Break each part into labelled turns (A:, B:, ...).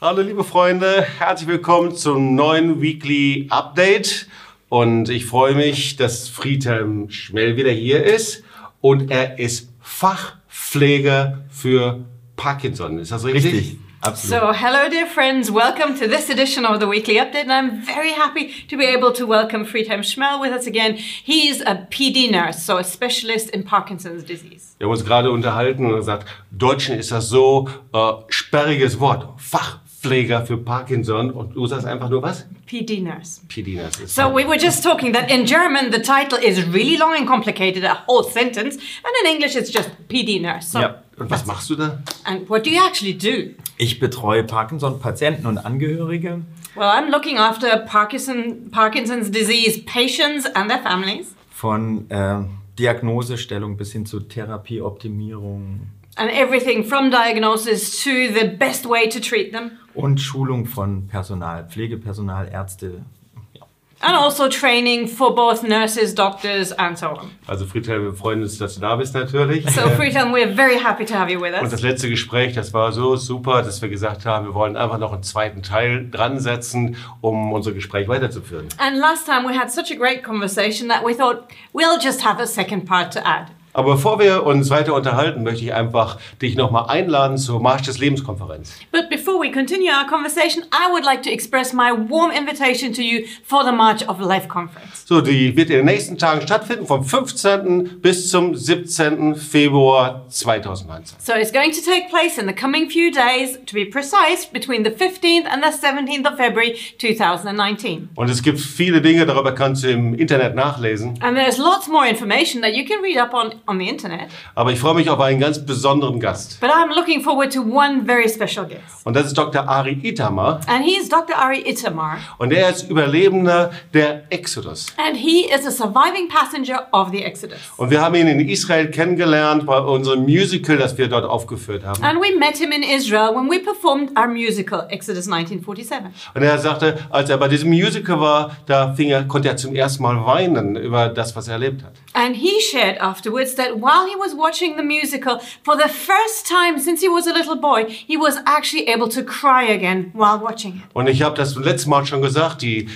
A: Hallo liebe Freunde, herzlich willkommen zum neuen Weekly Update. Und ich freue mich, dass Friedhelm Schmell wieder hier ist. Und er ist Fachpfleger für Parkinson. Ist das richtig?
B: Richtig, absolut.
C: So, hello, dear friends. Welcome to this edition of the Weekly Update, and I'm very happy to be able to welcome Friedhelm Schmel with us again. He's a PD nurse, so a specialist in Parkinson's disease.
A: Wir haben uns gerade unterhalten und er sagt, Deutschen ist das so äh, sperriges Wort. Fachpfleger für Parkinson. Und du sagst einfach nur was?
C: PD nurse.
A: PD, das ist
C: So, we were just talking that in German the title is really long and complicated, a whole sentence, and in English it's just PD nurse. So,
A: ja. Und was machst du da?
C: and what do you actually do?
B: Ich betreue Parkinson-Patienten und Angehörige.
C: Well, I'm looking after Parkinson, Parkinson's disease patients and their families.
B: Von äh, Diagnosestellung bis hin zu Therapieoptimierung
C: And everything from diagnosis to the best way to treat them.
B: und Schulung von Personal, Pflegepersonal, Ärzte. Ja.
C: And also training for both nurses, doctors, and so on.
A: Also Friedhelm, wir freuen uns, dass du da bist natürlich.
C: So, Friedhelm, we're very happy to have you with
A: Und
C: us.
A: das letzte Gespräch, das war so super, dass wir gesagt haben, wir wollen einfach noch einen zweiten Teil dran setzen, um unser Gespräch weiterzuführen.
C: And last time we had such a great conversation that we thought we'll just have a second part to add.
A: Aber bevor wir uns weiter unterhalten, möchte ich einfach dich nochmal einladen zur Marsch des Lebenskonferenz.
C: But before we continue our conversation, I would like to express my warm invitation to you for the March of Life conference.
A: So, die wird in den nächsten Tagen stattfinden, vom 15. bis zum 17. Februar 2019.
C: So it's going to take place in the coming few days, to be precise, between the 15th and the 17th of February 2019.
A: Und es gibt viele Dinge, darüber kannst du im Internet nachlesen.
C: And there's lots more information that you can read up on on the internet.
A: Aber ich freue mich auf einen ganz besonderen Gast.
C: But I'm looking forward to one very special guest.
A: Und das ist Dr. Ari Itamar.
C: And he is Dr. Ari Itamar,
A: Und er ist Überlebender der Exodus.
C: and he is a surviving passenger of the Exodus.
A: Und wir haben ihn in Israel kennengelernt bei unserem Musical, das wir dort aufgeführt haben.
C: And we met him in Israel when we performed our musical Exodus 1947.
A: Und er sagte, als er bei diesem Musical war, da fing er, konnte er zum ersten Mal weinen über das, was er erlebt hat.
C: And he shared afterwards that while he was watching the musical, for the first time since he was a little boy, he was actually able to cry again while watching it.
A: Und ich habe das letztes Mal schon gesagt, die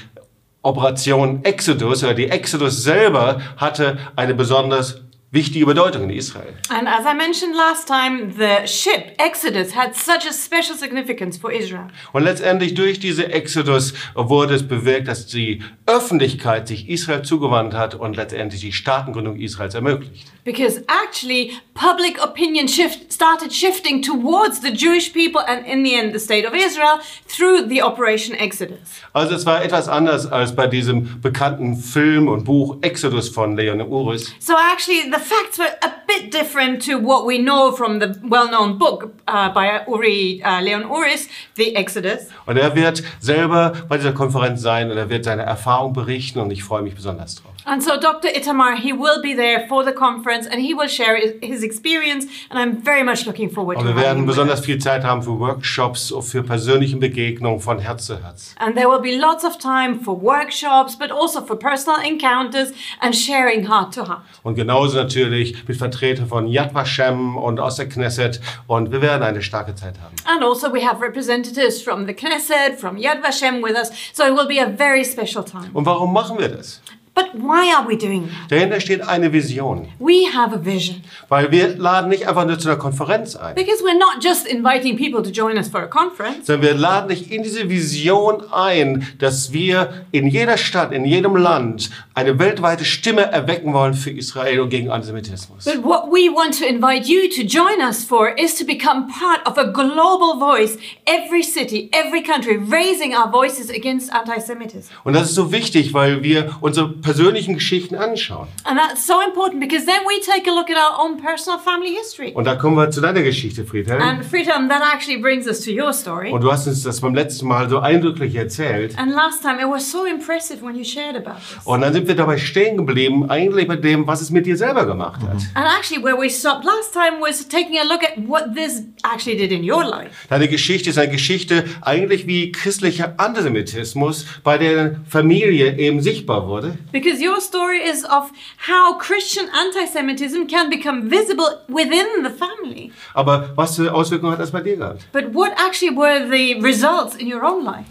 A: Operation Exodus oder die Exodus selber hatte eine besonders wichtige Bedeutung in Israel.
C: And as I mentioned last time, the ship Exodus had such a special significance for Israel.
A: Und letztendlich durch diese Exodus wurde es bewirkt, dass die Öffentlichkeit sich Israel zugewandt hat und letztendlich die Staatengründung Israels ermöglicht.
C: Because actually, public opinion shift started shifting towards the Jewish people and, in the end, the state of Israel through the Operation Exodus.
A: Also es war etwas anders als bei diesem bekannten Film und Buch Exodus von Leon Uris.
C: So actually, the facts were a bit different to what we know from the well-known book uh, by Uri uh, Leon Uris, The Exodus.
A: Und er wird selber bei dieser Konferenz sein und er wird seine Erfahrung berichten und ich freue mich besonders drauf.
C: And so, Dr. Itamar, he will be there for the conference, and he will share his- his experience. And I'm very much looking forward
A: Und
C: to
A: wir
C: having
A: werden
C: him with
A: besonders
C: us.
A: viel Zeit haben für Workshops, für persönliche Begegnungen von Herz zu Herz.
C: And there will be lots of time for workshops, but also for personal encounters and sharing heart to heart.
A: Und genauso natürlich mit Vertretern von Yad Vashem und aus der Knesset. Und wir werden eine starke Zeit haben.
C: And also, we have representatives from the Knesset, from Yad Vashem with us, so it will be a very special time.
A: Und warum machen wir das?
C: But why are we doing that?
A: Dahinter steht eine Vision.
C: We have a vision
A: Weil wir laden nicht einfach nur zu einer Konferenz ein.
C: because we're not just inviting people to join us for a conference,
A: sondern wir laden dich in diese Vision ein, dass wir in jeder Stadt, in jedem Land eine weltweite Stimme erwecken wollen für Israel und gegen Antisemitismus.
C: but what we want to invite you to join us for is to become part of a global voice, every city, every country, raising our voices against anti Semitism.
A: Und das ist so wichtig, weil wir unsere persönlichen Geschichten anschauen.
C: And that's so important because then we take a look at our own personal family history.
A: Und da kommen wir zu deiner Geschichte, Friedhelm.
C: And Friedhelm, that actually brings us to your story.
A: Und du hast uns das beim letzten Mal so eindrücklich erzählt.
C: And last time it was so impressive when you shared about this.
A: Und dann sind wir dabei stehen geblieben, eigentlich bei dem, was es mit dir selber gemacht hat.
C: And actually, where we stopped last time was taking a look at what this actually did in your life.
A: Deine Geschichte ist eine Geschichte eigentlich wie christlicher Antisemitismus, bei der Familie eben sichtbar wurde.
C: Because your story is of how Christian anti Semitism can become visible within the family.
A: Aber was für Auswirkungen hat das bei dir gehabt?
C: But what actually were the results in your own life?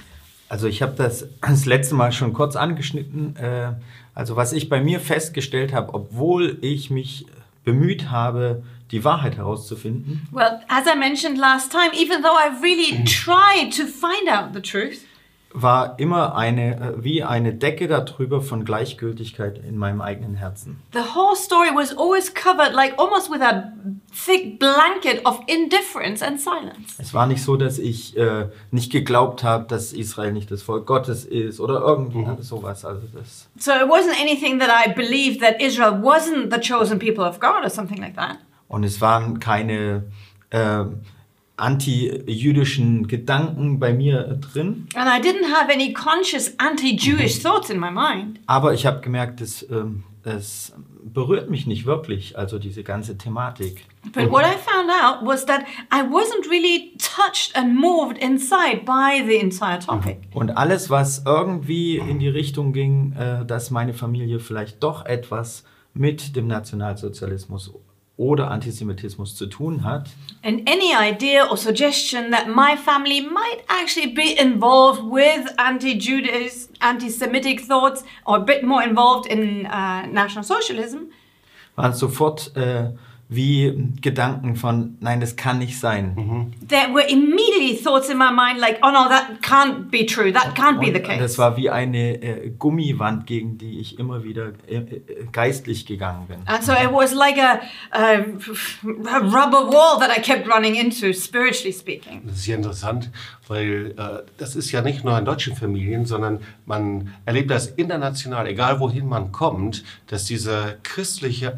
B: Also ich habe das das letzte Mal schon kurz angeschnitten. Äh, Also was ich bei mir festgestellt habe, obwohl ich mich bemüht habe, die Wahrheit herauszufinden,
C: Well, as I mentioned last time, even though I really tried to find out the truth,
B: war immer eine äh, wie eine Decke darüber von Gleichgültigkeit in meinem eigenen Herzen.
C: the whole story was always covered like almost with a thick blanket of indifference and silence.
B: Es war nicht so, dass ich äh, nicht geglaubt habe, dass Israel nicht das Volk Gottes ist oder irgendwie sowas. Also das
C: So it wasn't anything that I believed that Israel wasn't the chosen people of God or something like that.
B: Und es waren keine äh, anti-jüdischen Gedanken bei mir äh, drin.
C: And I didn't have any conscious anti Jewish thoughts in my mind.
B: Aber ich habe gemerkt, es, ähm, es berührt mich nicht wirklich, also diese ganze Thematik.
C: But what I found out was that I wasn't really touched and moved inside by the entire topic.
B: Und alles, was irgendwie in die Richtung ging, äh, dass meine Familie vielleicht doch etwas mit dem Nationalsozialismus oder Antisemitismus zu tun hat,
C: And any idea or suggestion that my family might actually be involved with anti Judaism, anti Semitic thoughts, or a bit more involved in uh, National Socialism,
B: waren sofort äh, wie Gedanken von, nein, das kann nicht sein.
C: there were immediately thoughts in my mind like, oh no, that can't be true, that can't be
B: Und
C: the case.
B: das war wie eine äh, Gummiwand, gegen die ich immer wieder äh, äh, geistlich gegangen bin.
C: And so it was like a, a, a rubber wall that I kept running into, spiritually speaking.
A: Das ist ja interessant, weil äh, das ist ja nicht nur in deutschen Familien, sondern man erlebt das international, egal wohin man kommt, dass dieser christliche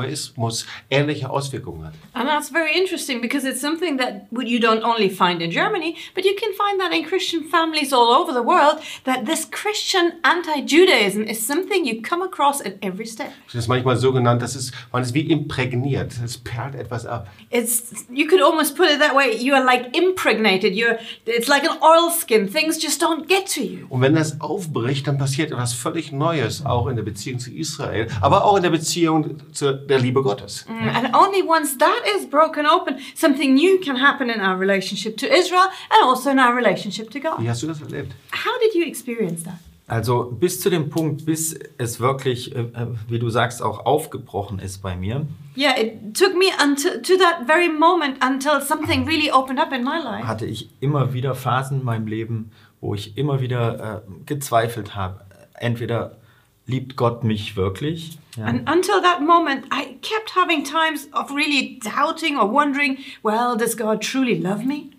A: Antijudaismus ähnliche Auswirkungen hat.
C: And that's very interesting because it's something that would- you don't only find in Germany, but you can find that in Christian families all over the world, that this Christian anti Judaism is something you come across at every step.
A: Das ist manchmal so genannt, das ist, man ist wie imprägniert, es perlt etwas ab.
C: It's you could almost put it that way. You are like impregnated. You're it's like an oil skin. Things just don't get to you.
A: Und wenn das aufbricht, dann passiert etwas völlig Neues, auch in der Beziehung zu Israel, aber auch in der Beziehung zu der Liebe Gottes.
C: Mm, And only once that is broken open, something new can happen in our relationship to Israel and also in our relationship to God.
A: Wie hast du das erlebt?
C: How did you experience that?
B: Also bis zu dem Punkt, bis es wirklich, äh, äh, wie du sagst, auch aufgebrochen ist bei mir,
C: Yeah, it took me until to that very moment until something really opened up in my life.
B: hatte ich immer wieder Phasen in meinem Leben, wo ich immer wieder äh, gezweifelt habe. Entweder liebt Gott mich wirklich, ja,
C: And until that moment, I kept having times of really doubting or wondering, well, does God truly love me?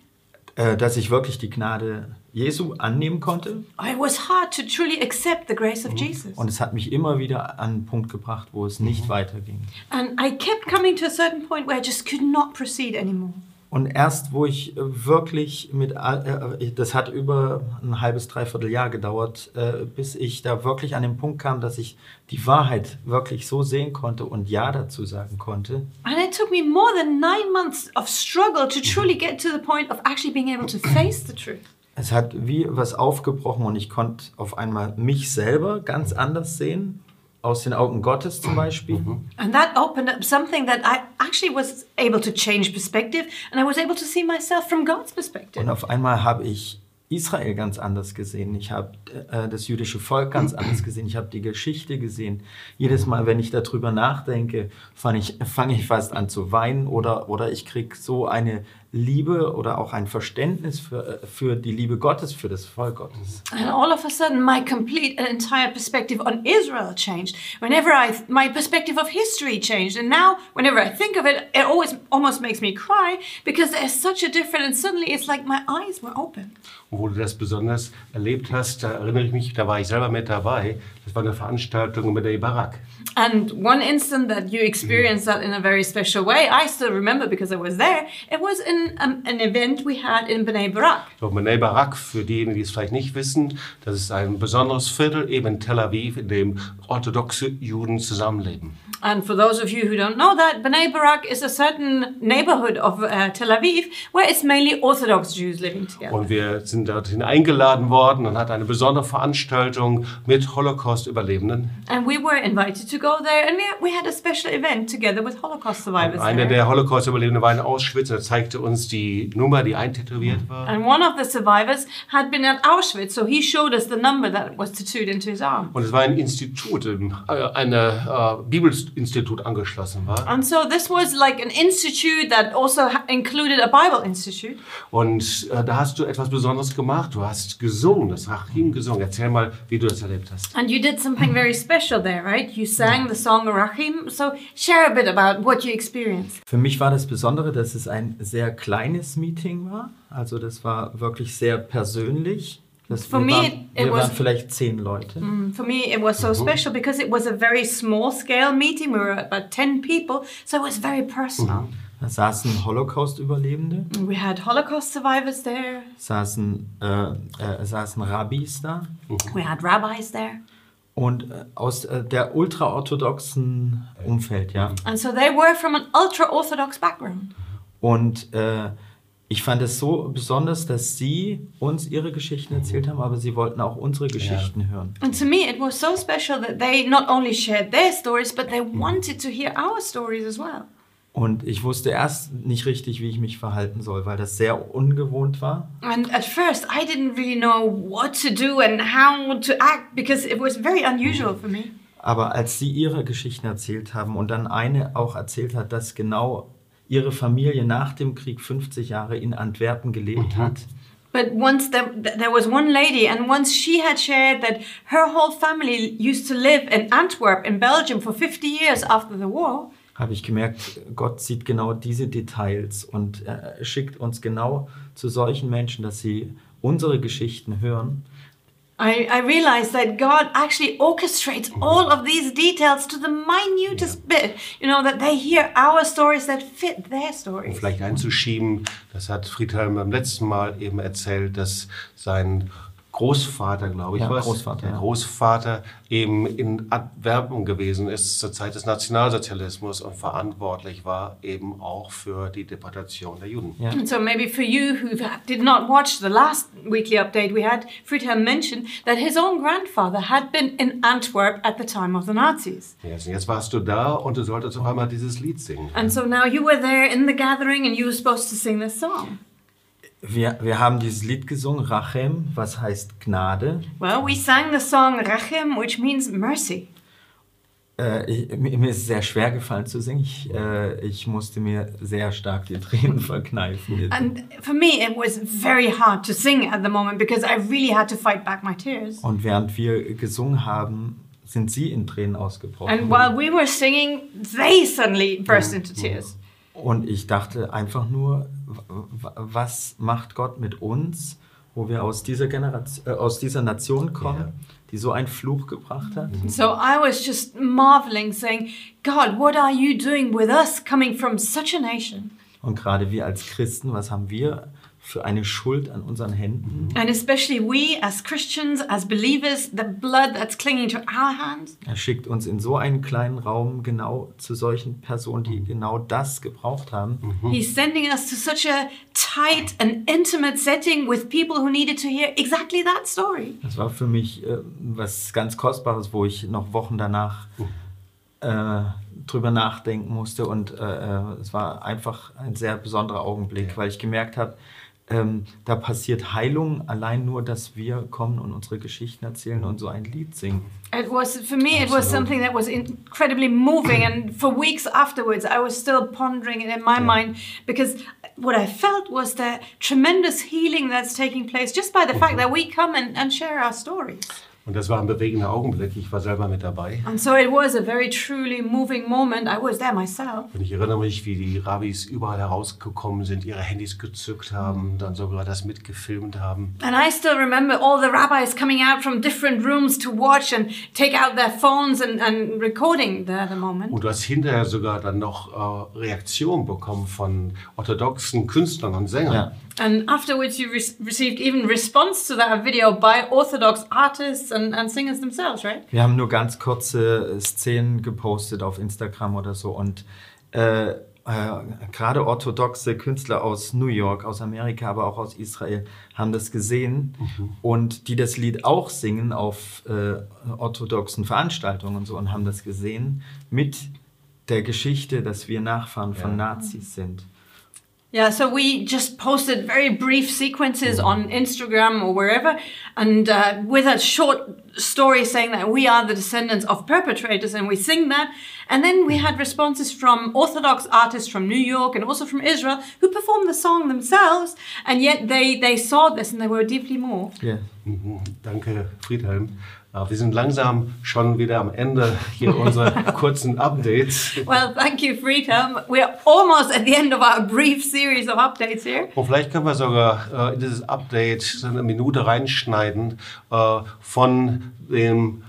B: äh, dass ich wirklich die Gnade Jesu annehmen konnte.
C: It was hard to truly accept the grace of Jesus.
B: Und es hat mich immer wieder an einen Punkt gebracht, wo es nicht weiterging.
C: And I kept coming to a certain point where I just could not proceed anymore.
B: Und erst, wo ich äh, wirklich mit, all- äh, das hat über ein halbes, dreiviertel Jahr gedauert, äh, bis ich da wirklich an den Punkt kam, dass ich die Wahrheit wirklich so sehen konnte und Ja dazu sagen konnte.
C: And it took me more than nine months of struggle to truly get to the point of actually being able to face the truth.
B: Es hat wie was aufgebrochen und ich konnte auf einmal mich selber ganz anders sehen, aus den Augen Gottes zum Beispiel.
C: And that opened up something that I actually was able to change perspective and I was able to see myself from God's perspective.
B: Und auf einmal habe ich Israel ganz anders gesehen. Ich habe äh, das jüdische Volk ganz anders gesehen. Ich habe die Geschichte gesehen. Jedes Mal, wenn ich darüber nachdenke, fange ich, fang ich fast an zu weinen oder, oder ich kriege so eine Liebe oder auch ein Verständnis für, äh, für die Liebe Gottes, für das Volk Gottes.
C: And all of a sudden, my complete and entire perspective on Israel changed. Whenever I, my perspective of history changed. And now, whenever I think of it, it always almost makes me cry because there's such a difference. And suddenly, it's like my eyes were open.
A: Und wo du das besonders erlebt hast, da erinnere ich mich, da war ich selber mit dabei. Das war eine Veranstaltung mit der Barak.
C: And one instant that you experienced that in a very special way, I still remember because I was there. It was in um, an event we had in Bnei Barak.
A: So, Bnei Barak, für diejenigen, die es vielleicht nicht wissen, das ist ein besonderes Viertel eben in Tel Aviv, in dem orthodoxe Juden zusammenleben.
C: And for those of you who don't know that, Bnei Barak is a certain neighborhood of uh, Tel Aviv where it's mainly Orthodox Jews living together.
A: Und wir sind sind dorthin eingeladen worden und hat eine besondere Veranstaltung mit Holocaust-Überlebenden.
C: And we were invited to go there, and we, we had a special event together with Holocaust survivors.
A: Einer
C: there.
A: der Holocaust-Überlebenden war in Auschwitz und er zeigte uns die Nummer, die eintätowiert war.
C: And one of the survivors had been at Auschwitz, so he showed us the number that was tattooed into his arm.
A: Und es war ein Institut, ähm, äh, ein äh, Bibelinstitut angeschlossen war.
C: And so this was like an institute that also ha- included a Bible institute.
A: Und äh, da hast du etwas Besonderes gemacht. Du hast gesungen, das Rachim gesungen. Erzähl mal, wie du das erlebt hast.
C: And you did something very special there, right? You sang the song Rahim. So share a bit about what you experienced.
B: Für mich war das Besondere, dass es ein sehr kleines Meeting war. Also das war wirklich sehr persönlich. Das,
C: For
B: wir
C: me,
B: waren,
C: it
B: wir
C: was-
B: waren vielleicht zehn Leute.
C: And Mm, for me, it was so special because it was a very small scale meeting. We were about 10 people, so it was very personal.
B: Da saßen Holocaust-Überlebende,
C: We had Holocaust survivors there,
B: saßen, äh, äh, saßen Rabbis da.
C: we had rabbis there.
B: Und äh, aus äh, der ultraorthodoxen Umfeld, ja.
C: And so they were from an ultra Orthodox background.
B: Und äh, ich fand es so besonders, dass sie uns ihre Geschichten erzählt haben, aber sie wollten auch unsere Geschichten hören.
C: And to me, it was so special that they not only shared their stories, but they wanted to hear our stories as well.
B: Und ich wusste erst nicht richtig, wie ich mich verhalten soll, weil das sehr ungewohnt war.
C: And at first, I didn't really know what to do and how to act because it was very unusual for me.
B: Aber als sie ihre Geschichten erzählt haben und dann eine auch erzählt hat, dass genau ihre Familie nach dem Krieg 50 Jahre in Antwerpen gelebt hat,
C: But once there, th- there was one lady, and once she had shared that her whole family used to live in Antwerp in Belgium for 50 years after the war,
B: habe ich gemerkt, Gott sieht genau diese Details und äh, schickt uns genau zu solchen Menschen, dass sie unsere Geschichten hören.
C: I, I realized that God actually orchestrates all of these details to the minutest bit, you know, that they hear our stories that fit their
A: Um
C: stories.
A: vielleicht einzuschieben, das hat Friedhelm beim letzten Mal eben erzählt, dass sein Großvater, glaube ich,
B: Ja,
A: war's,
B: Großvater,
A: der
B: ja.
A: Großvater eben in Antwerpen gewesen ist zur Zeit des Nationalsozialismus und verantwortlich war eben auch für die Deportation der Juden.
B: Ja.
C: And so maybe for you who did not watch the last weekly update we had, Friedhelm mentioned that his own grandfather had been in Antwerp at the time of the Nazis.
A: Jetzt, jetzt warst du da und du solltest auf einmal dieses Lied singen.
C: And so now you were there in the gathering and you were supposed to sing this song.
B: Wir, wir haben dieses Lied gesungen, Rachem, was heißt Gnade.
C: Well, we sang the song Rachem, which means mercy.
B: Äh, ich, mir mir ist es sehr schwer gefallen zu singen. Ich, äh, ich musste mir sehr stark die Tränen verkneifen.
C: And for me, it was very hard to sing at the moment because I really had to fight back my tears.
B: Und während wir gesungen haben, sind sie in Tränen
C: And
B: ausgebrochen.
C: while we were singing, they suddenly burst into tears.
B: Und ich dachte einfach nur, w- w- was macht Gott mit uns, wo wir aus dieser, Generation, äh, aus dieser Nation kommen,
A: Ja.
B: die so einen Fluch gebracht hat.
C: So I was just marveling, saying, God, what are you doing with us coming from such a nation?
B: Und gerade wir als Christen, was haben wir für eine Schuld an unseren Händen?
C: And especially we as Christians, as believers, the blood that's clinging to our hands.
B: Er schickt uns in so einen kleinen Raum genau zu solchen Personen, die genau das gebraucht haben.
C: He's sending us to such a tight and intimate setting with people who needed to hear exactly that story.
B: Das war für mich äh, was ganz Kostbares, wo ich noch Wochen danach äh, drüber nachdenken musste. Und äh, äh, es war einfach ein sehr besonderer Augenblick, weil ich gemerkt habe, ähm, da passiert Heilung allein nur, dass wir kommen und unsere Geschichten erzählen und so ein Lied singen.
C: It was, for me, it was something that was incredibly moving. And for weeks afterwards, I was still pondering it in my mind because what I felt was the tremendous healing that's taking place just by the fact that we come and, and share our stories.
A: Und das war ein bewegender Augenblick. Ich war selber mit dabei.
C: And so it was a very truly moving moment. I was there myself.
A: Und ich erinnere mich, wie die Rabbis überall herausgekommen sind, ihre Handys gezückt haben, dann sogar das mitgefilmt haben.
C: And I still remember all the rabbis coming out from different rooms to watch and take out their phones and, and recording the, the moment.
A: Und du hast hinterher sogar dann noch äh, Reaktionen bekommen von orthodoxen Künstlern und Sängern.
B: Ja.
C: And afterwards, you re- received even response to that video by Orthodox artists and, and singers themselves, right?
B: Wir haben nur ganz kurze Szenen gepostet auf Instagram oder so und äh, äh, gerade orthodoxe Künstler aus New York, aus Amerika, aber auch aus Israel haben das gesehen und die das Lied auch singen auf äh, orthodoxen Veranstaltungen und so und haben das gesehen mit der Geschichte, dass wir Nachfahren von Nazis sind.
C: Yeah, so we just posted very brief sequences on Instagram or wherever, and uh, with a short story saying that we are the descendants of perpetrators, and we sing that. And then we had responses from Orthodox artists from New York and also from Israel who performed the song themselves, and yet they, they saw this and they were deeply moved.
B: Yeah.
A: Danke, Friedhelm. Äh, Wir sind langsam schon wieder am Ende hier unserer kurzen Updates.
C: Well, thank you, Freedom. We're almost at the end of our brief series of updates here.
A: Und vielleicht können wir sogar äh, in dieses Update so eine Minute reinschneiden äh, von dem,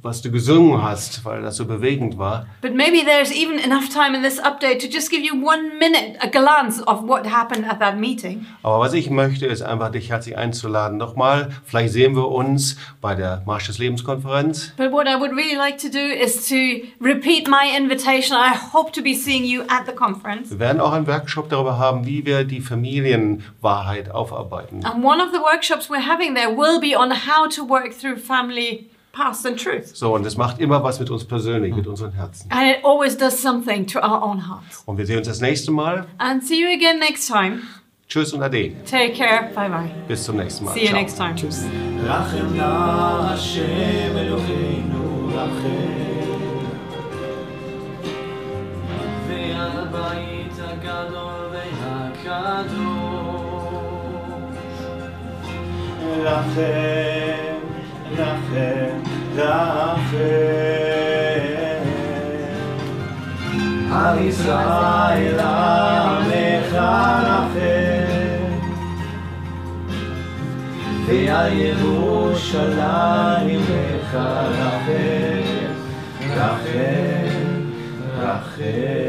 A: was du gesungen hast, weil das so bewegend war.
C: But maybe there's even enough time in this update to just give you one minute, a glance of what happened at that meeting.
A: Aber was ich möchte, ist einfach dich herzlich einzuladen. Nochmal, vielleicht sehen wir uns bei der Marsch des Lebenskonferenz.
C: But what I would really like to do is to repeat my invitation. I hope to be seeing you at the conference.
A: Wir werden auch einen Workshop darüber haben, wie wir die Familienwahrheit aufarbeiten.
C: And one of the workshops we're having there will be on how to work through family past and truth.
A: So, und das macht immer was mit uns persönlich,
C: Hm.
A: mit unseren Herzen.
C: And it always does something to our own hearts.
A: Und wir sehen uns das nächste Mal.
C: And see you again next time.
A: Tschüss und Ade.
C: Take care. Bye bye.
A: Bis zum nächsten Mal.
C: See you
A: Ciao.
C: next time.
B: רחם נא השם אלוהינו רחם ועל הבית הגדול והקדוש רחם, רחם, רחם על ישראל עמך רחם ועל ירושלים לך רחם, רחם, רחם